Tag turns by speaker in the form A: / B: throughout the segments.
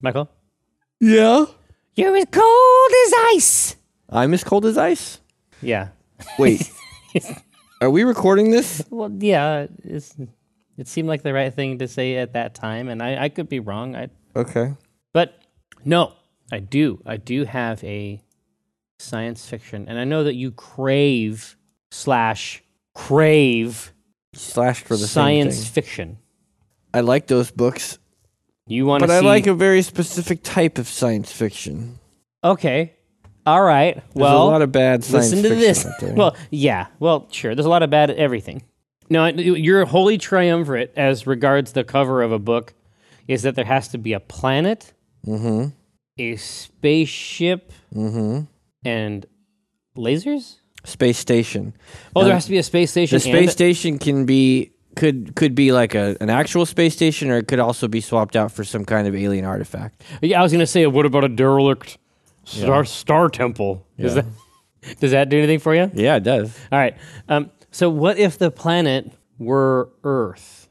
A: Michael?
B: Yeah.
A: You're as cold as ice.
B: I'm as cold as ice.
A: Yeah.
B: Wait. Are we recording this?
A: Well, yeah, it's, it seemed like the right thing to say at that time, and I, I could be wrong. I,
B: Okay.
A: but no, I do. I do have a science fiction, and I know that you crave slash crave
B: Slashed for the same
A: science
B: thing.
A: fiction.
B: I like those books,
A: You want to
B: but
A: see?
B: I like a very specific type of science fiction.
A: okay, all right.
B: There's
A: well,
B: a lot of bad science
A: listen to
B: fiction
A: this.
B: out there.
A: Well, yeah. Well, sure. There's a lot of bad at everything. No, I- your holy triumvirate as regards the cover of a book is that there has to be a planet,
B: Mm-hmm.
A: a spaceship, and lasers.
B: space station.
A: Oh,
B: Now,
A: there has to be a space station.
B: Uh, the
A: and
B: space station can be could could be like a an actual space station, or it could also be swapped out for some kind of alien artifact.
A: yeah, I was gonna say, what about a derelict star star temple? Is
B: Yeah.
A: that does that do anything for you?
B: Yeah, it does.
A: All right. Um, so, what if the planet were Earth?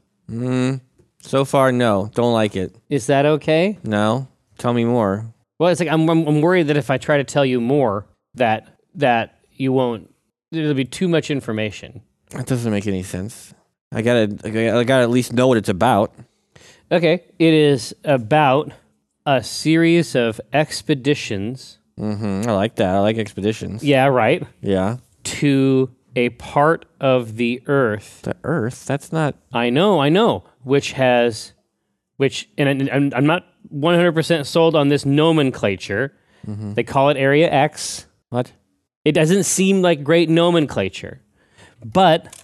B: So far, no, don't like it.
A: Is that okay?
B: No, tell me more.
A: Well, it's like I'm, I'm I'm worried that if I try to tell you more, that that you won't. There'll be too much information.
B: That doesn't make any sense. I gotta, I gotta I gotta at least know what it's about.
A: Okay, it is about a series of expeditions.
B: hmm I like that. I like expeditions.
A: Yeah, right.
B: Yeah,
A: To a part of the Earth.
B: the Earth. That's not.
A: I know, I know. Which has, which, and I- I'm, I'm not 100% sold on this nomenclature. They call it Area X.
B: What?
A: It doesn't seem like great nomenclature, but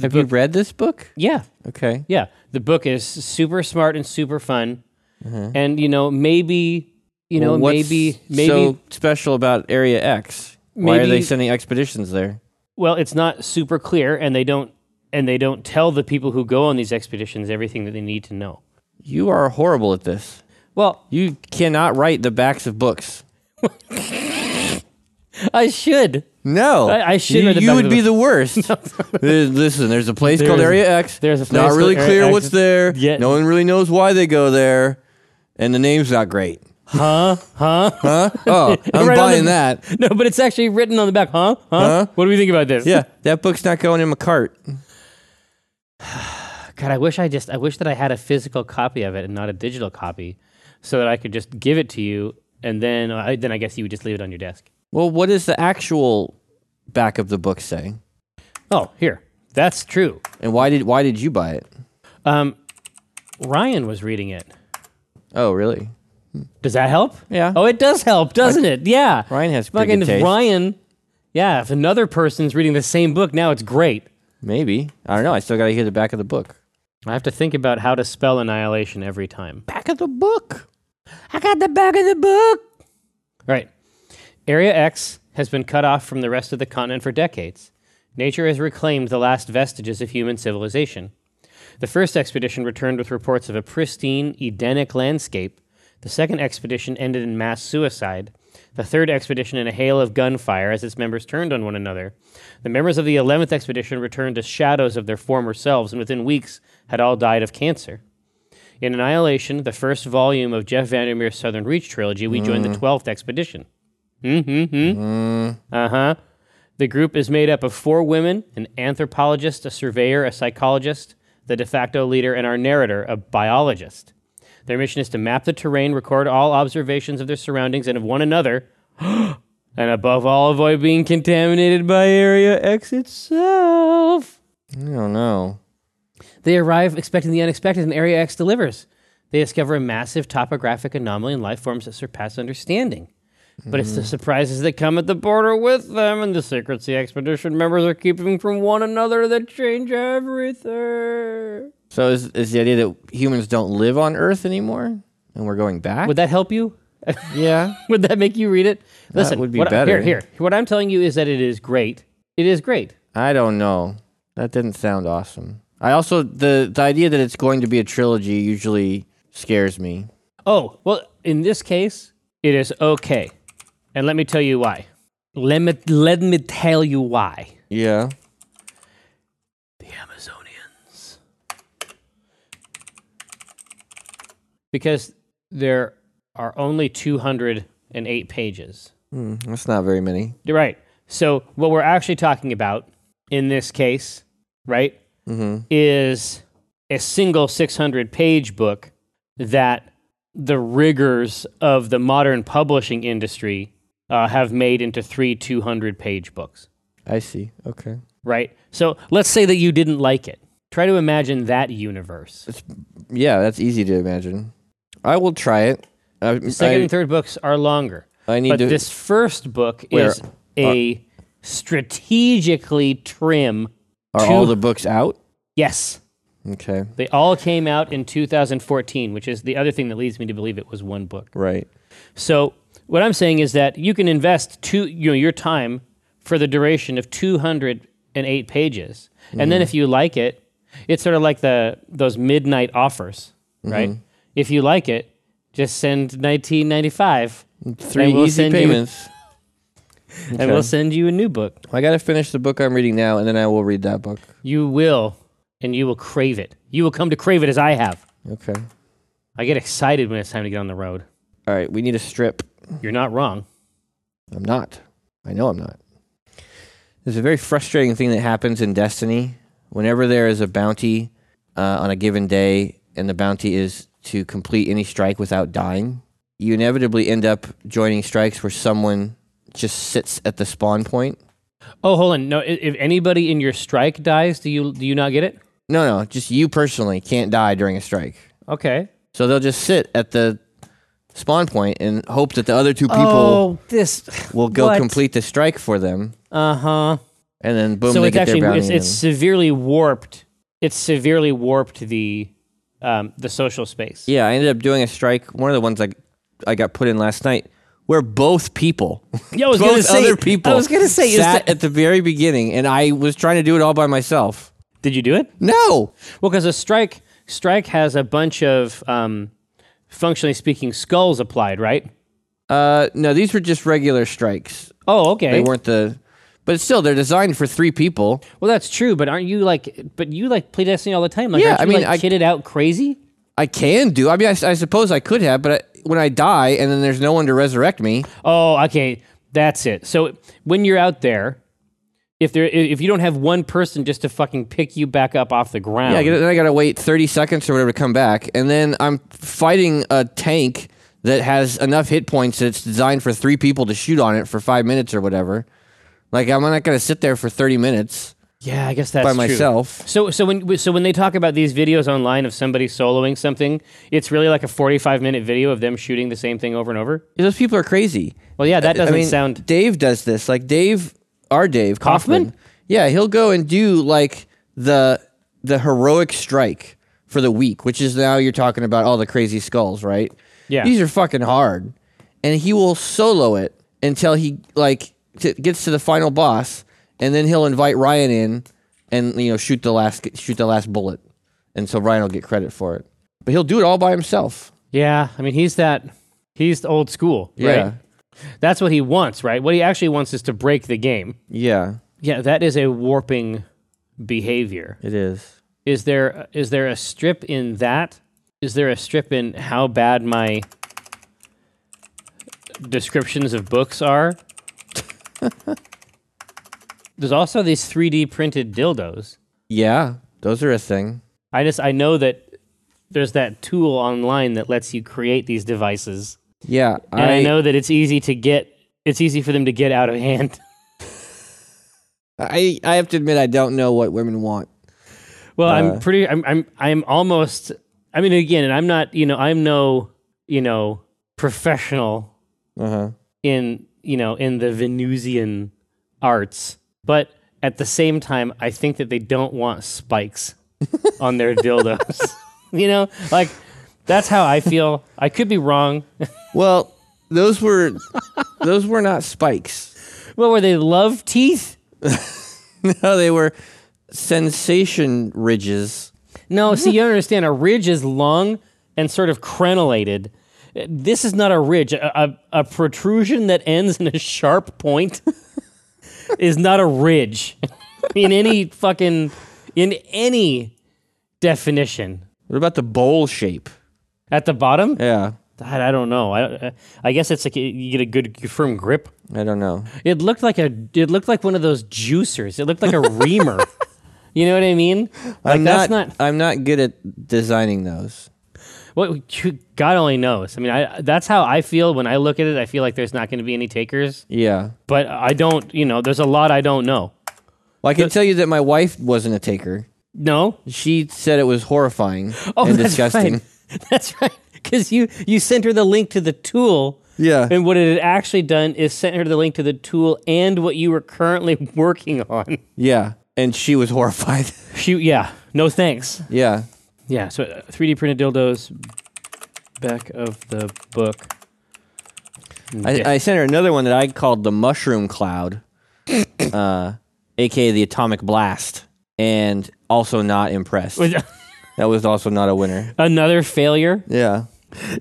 B: Have you read this book?
A: yeah,
B: Okay.
A: Yeah, the book is super smart and super fun, and you know maybe you know
B: Well, what's
A: maybe maybe
B: so special about Area X? Why are
A: Maybe-
B: they sending expeditions there?
A: well it's not super clear, and they don't and they don't tell the people who go on these expeditions everything that they need to know.
B: You are horrible at this.
A: Well,
B: You cannot write the backs of books.
A: I should.
B: No,
A: I- I should
B: You,
A: write the
B: you
A: back of
B: would
A: the
B: be the worst. There's- Listen, there's a place called
A: There's-
B: Area X.
A: there's a
B: It's not
A: place
B: really
A: called
B: clear
A: Area
B: what's
A: X.
B: there.
A: Yeah.
B: No one really knows why they go there, and the name's not great. Huh? Huh? Huh? Oh, I'm
A: Right on
B: buying
A: the-
B: that.
A: No, but it's actually written on the back, huh? Huh?
B: Huh?
A: What do we think about this?
B: Yeah, that book's not going in my cart.
A: God, I wish I just I wish that I had a physical copy of it and not a digital copy, so that I could just give it to you, and then I, then I guess you would just leave it on your desk.
B: Well, what does the actual back of the book say?
A: Oh, here, that's true.
B: And why did why did you buy it?
A: Um, Ryan was reading it.
B: Oh, really?
A: Does that help?
B: Yeah.
A: Oh, it does help, doesn't it? Yeah.
B: Ryan has pretty
A: fucking
B: good taste.
A: Ryan. Yeah. If another person's reading the same book now, it's great.
B: Maybe. I don't know. I still got to hear the back of the book.
A: I have to think about how to spell annihilation every time.
B: Back of the book.
A: I got the back of the book. All right. Area X has been cut off from the rest of the continent for decades. Nature has reclaimed the last vestiges of human civilization. The first expedition returned with reports of a pristine, Edenic landscape. The second expedition ended in mass suicide. The third expedition in a hail of gunfire as its members turned on one another. The members of the 11th expedition returned as shadows of their former selves and within weeks had all died of cancer. In Annihilation, the first volume of Jeff Vandermeer's Southern Reach trilogy, we joined the 12th expedition. Mm-hmm. Uh-huh. The group is made up of four women, an anthropologist, a surveyor, a psychologist, the de facto leader, and our narrator, a biologist. Their mission is to map the terrain, record all observations of their surroundings and of one another, and above all, avoid being contaminated by Area X itself.
B: I don't know.
A: They arrive expecting the unexpected, and Area X delivers. They discover a massive topographic anomaly and life forms that surpass understanding. But it's
B: Mm-hmm.
A: the surprises that come at the border with them and the secrets the expedition members are keeping from one another that change everything.
B: So is is the idea that humans don't live on Earth anymore and we're going back?
A: Would that help you?
B: yeah.
A: would that make you read it? Listen,
B: would be
A: what,
B: better.
A: Here, here. What I'm telling you is that it is great. It is great.
B: I don't know. That didn't sound awesome. I also the the idea that it's going to be a trilogy usually scares me.
A: Oh, well, in this case, it is okay. And let me tell you why. Let me, let me tell you why.
B: Yeah.
A: The Amazonians. Because they're are only 208 pages.
B: Hmm, That's not very many.
A: You're right. So what we're actually talking about in this case, right, is a single 600 page book that the rigors of the modern publishing industry uh, have made into three 200 page books,
B: I see. Okay.
A: right? So let's say that you didn't like it. Try to imagine that universe.
B: Yeah, that's easy to imagine. I will try it. I,
A: Second
B: I-
A: and third books are longer.
B: I need
A: but
B: to-
A: this first book
B: Where
A: is a strategically trim.
B: are
A: two-
B: all the books out?
A: Yes.
B: Okay.
A: They all came out in 2014, which is the other thing that leads me to believe it was one book.
B: Right.
A: So, what I'm saying is that you can invest two, you know, your time for the duration of 208 pages. And
B: Mm-hmm.
A: then if you like it, it's sort of like the those midnight offers,
B: Mm-hmm.
A: right? If you like it, just send 1995
B: Three
A: and we'll
B: easy
A: send you-
B: payments.
A: and we'll send you a new book.
B: I got to finish the book I'm reading now, and then I will read that book.
A: You will, and you will crave it. You will come to crave it as I have.
B: Okay.
A: I get excited when it's time to get on the road.
B: All right. We need a strip.
A: You're not wrong.
B: I'm not. I know I'm not. There's a very frustrating thing that happens in Destiny. Whenever there is a bounty uh, on a given day, and the bounty is to complete any strike without dying, you inevitably end up joining strikes where someone just sits at the spawn point.
A: Oh, hold on. No, i- if anybody in your strike dies, do you do you not get it?
B: No, no, just you personally can't die during a strike.
A: Okay.
B: So they'll just sit at the spawn point and hope that the other two people
A: oh, this.
B: will go
A: what?
B: complete the strike for them,
A: Uh huh.
B: and then boom,
A: So
B: they
A: it's
B: get
A: actually
B: their bounty.
A: it's, it's
B: and-
A: severely warped. It's severely warped the um, the social space.
B: yeah, I ended up doing a strike. One of the ones I I got put in last night, where both people,
A: Yeah, I was gonna
B: both
A: say-
B: other people,
A: I was gonna say, is
B: sat
A: that-
B: at the very beginning, and I was trying to do it all by myself.
A: Did you do it?
B: No,
A: Well, because a strike strike has a bunch of um, functionally speaking skulls applied, right?
B: uh, no, these were just regular strikes.
A: Oh, okay.
B: They weren't the, but still, they're designed for three people.
A: Well, that's true, but aren't you like? But you like play Destiny all the time. Like,
B: Yeah,
A: aren't you,
B: I mean,
A: like,
B: I-
A: kitted out crazy.
B: I can do. I mean, I, s- I suppose I could have, but I, when I die and then there's no one to resurrect me,
A: Oh, okay, that's it. So when you're out there, if there, i- if you don't have one person just to fucking pick you back up off the ground,
B: yeah, I gotta- then I gotta wait 30 seconds or whatever to come back, and then I'm fighting a tank that has enough hit points that it's designed for three people to shoot on it for five minutes or whatever. Like, I'm not gonna sit there for 30 minutes
A: Yeah, I guess that's
B: by
A: true.
B: myself.
A: So so when so when they talk about these videos online of somebody soloing something, it's really like a 45 minute video of them shooting the same thing over and over.
B: Those people are crazy.
A: Well, yeah, that doesn't
B: I mean,
A: sound.
B: Dave does this. Like Dave, our Dave
A: Kaufman?
B: Kaufman. Yeah, he'll go and do like the the heroic strike for the week, which is now you're talking about all the crazy skulls, right?
A: Yeah.
B: these are fucking hard, and he will solo it until he like t- gets to the final boss, and then he'll invite Ryan in, and you know shoot the last shoot the last bullet, and so Ryan will get credit for it. But he'll do it all by himself.
A: Yeah, I mean he's that he's the old school, right? That's what he wants, right? What he actually wants is to break the game.
B: yeah,
A: Yeah, that is a warping behavior.
B: it is.
A: Is there is there a strip in that? Is there a strip in how bad my descriptions of books are? There's also these 3D printed dildos.
B: Yeah, those are a thing.
A: I just I know that there's that tool online that lets you create these devices.
B: Yeah,
A: And I, know that it's easy to get it's easy for them to get out of hand.
B: I I have to admit I don't know what women want.
A: Well, I'm pretty I'm I'm I'm almost I mean again, and I'm not, you know, I'm no, you know, professional
B: Uh huh.
A: in, you know, in the Venusian arts, but at the same time, I think that they don't want spikes on their dildos. you know, like that's how I feel. I could be wrong.
B: Well, those were those were not spikes.
A: What were they? Love teeth?
B: No, they were sensation ridges.
A: No, see, you don't understand. A ridge is long and sort of crenellated. Uh, This is not a ridge. A, a, a protrusion that ends in a sharp point is not a ridge in any fucking in any definition.
B: What about the bowl shape?
A: At the bottom,
B: Yeah,
A: God, I don't know. I, I guess it's like you get a good firm grip.
B: I don't know.
A: It looked like a. It looked like one of those juicers. It looked like a reamer. You know what I mean? Like
B: I'm
A: that's
B: not,
A: not.
B: I'm not good at designing those.
A: What you- God only knows. I mean, I, that's how I feel when I look at it. I feel like there's not going to be any takers,
B: Yeah.
A: but I don't. You know, there's a lot I don't know.
B: Well, I can tell you that my wife wasn't a taker.
A: No.
B: She said it was horrifying
A: Oh,
B: and
A: that's
B: disgusting.
A: Right. That's right. Because you you sent her the link to the tool.
B: Yeah.
A: And what it had actually done is sent her the link to the tool and what you were currently working on.
B: Yeah. And she was horrified.
A: Shoot. Yeah. No thanks.
B: yeah.
A: Yeah. So uh, 3D printed dildos. Back of the book. Yeah.
B: I, I sent her another one that I called the Mushroom Cloud, uh, aka the Atomic Blast, and also not impressed. that was also not a winner.
A: Another failure.
B: Yeah.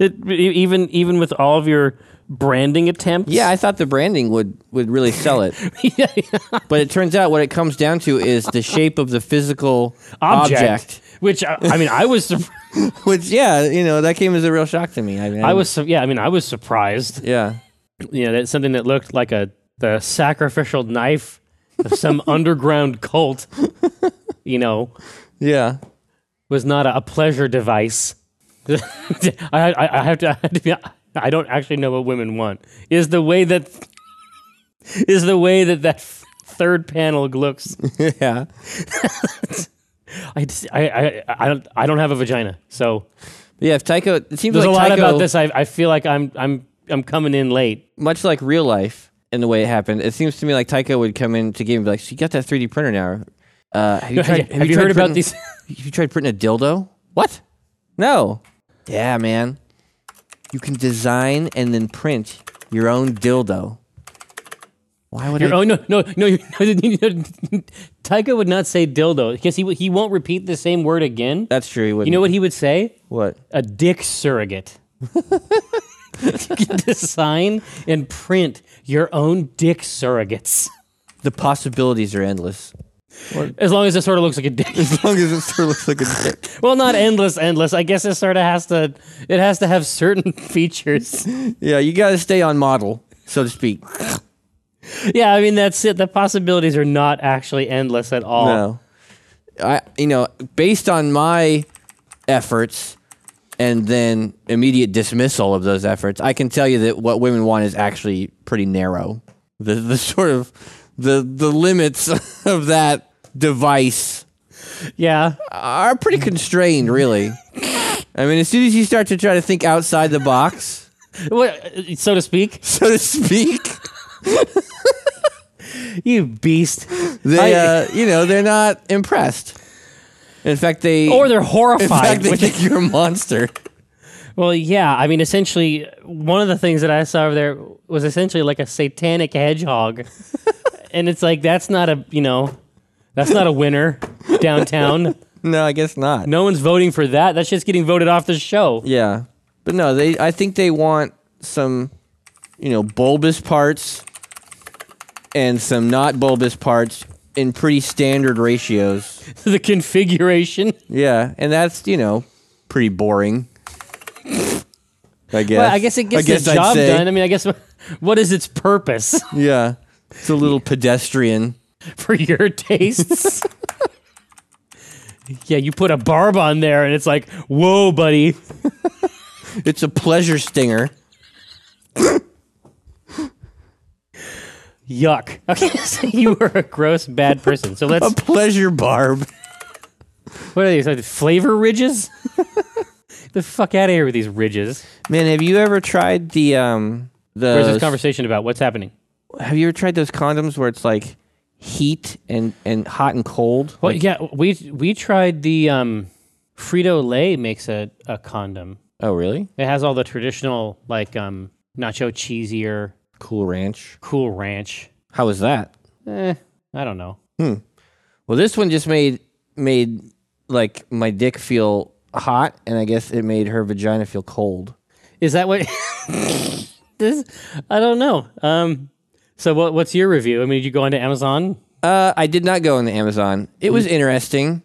A: It, e- even even with all of your branding attempts.
B: Yeah, I thought the branding would, would really sell it. But it turns out what it comes down to is the shape of the physical
A: Object.
B: object.
A: Which uh, I, I mean, I was surprised.
B: Which, yeah, you know, that came as a real shock to me. I, mean,
A: I was su- yeah. I mean, I was surprised.
B: yeah,
A: You know, that something that looked like a the sacrificial knife of some underground cult. You know,
B: yeah.
A: was not a, a pleasure device. I, I, I have to. I, have to be, I don't actually know what women want. Is the way that is the way that that third panel looks.
B: yeah.
A: I, just- I, I, I don't I don't have a vagina, so
B: Yeah, if Tycho, it seems
A: there's
B: like
A: a lot
B: Tycho,
A: about this. I, I feel like I'm I'm I'm coming in late.
B: much like real life in the way it happened, it seems to me like Tycho would come in to game and be like, so you got that 3D printer now. Uh, have you,
A: Have
B: tried,
A: you, have you
B: tried
A: heard about
B: printing-
A: these?
B: Have you tried printing a dildo? What? No. Yeah, man. You can design and then print your own dildo. Why would
A: Your-
B: I?
A: oh no no no! you- no, you- no. Tycho would not say dildo because he w- he won't repeat the same word again.
B: That's true. He wouldn't.
A: You know what he would say?
B: What?
A: A dick surrogate. you can design and print your own dick surrogates
B: The possibilities are endless.
A: as long as it sort of looks like a dick.
B: As long as it still looks like a dick.
A: well, not endless, endless. I guess it sort of has to. It has to have certain features.
B: Yeah, you got to stay on model, so to speak.
A: Yeah, I mean that's it. The possibilities are not actually endless at all.
B: No. I you know, based on my efforts and then immediate dismissal of those efforts, I can tell you that what women want is actually pretty narrow. The the sort of the the limits of that device
A: Yeah,
B: are pretty constrained, really. I mean, as soon as you start to try to think outside the box,
A: What- so to speak.
B: so to speak,
A: You beast.
B: they
A: I-
B: uh, you know they're not impressed. In fact, they
A: Or they're
B: in
A: horrified.
B: fact they
A: with-
B: think you're a monster.
A: well, yeah. I mean, essentially, one of the things that I saw over there was essentially like a satanic hedgehog, and it's like that's not a you know, that's not a winner downtown.
B: No, I guess not.
A: No one's voting for that. That's just getting voted off the show.
B: Yeah, but no, they. I think they want some, you know, bulbous parts, and some not bulbous parts in pretty standard ratios.
A: the configuration.
B: Yeah, and that's you know, pretty boring. I guess.
A: Well, I guess it gets the
B: I'd
A: job
B: say.
A: done. I mean, I guess what is its purpose?
B: Yeah, it's a little pedestrian.
A: for your tastes. yeah, you put a barb on there and it's like, whoa, buddy.
B: It's a pleasure stinger.
A: Yuck. Okay, so you were a gross, bad person. So
B: A
A: let's.
B: pleasure barb.
A: What are these? Like flavor ridges? the fuck out of here with these ridges.
B: Man, have you ever tried the um the
A: Where's this conversation about? What's happening?
B: Have you ever tried those condoms where it's like heat and and hot and cold?
A: Well, yeah, we we tried the um, Frito Lay makes a, a condom.
B: Oh, really?
A: It has all the traditional like um, nacho cheesier,
B: Cool Ranch.
A: cool ranch.
B: How was that?
A: Eh, I don't know.
B: Well, this one just made made like my dick feel hot, and I guess it made her vagina feel cold.
A: Is that what this? I don't know. Um, so what? What's your review? I mean, did you go onto Amazon? Mm.
B: Uh, I did not go on the Amazon. It was interesting.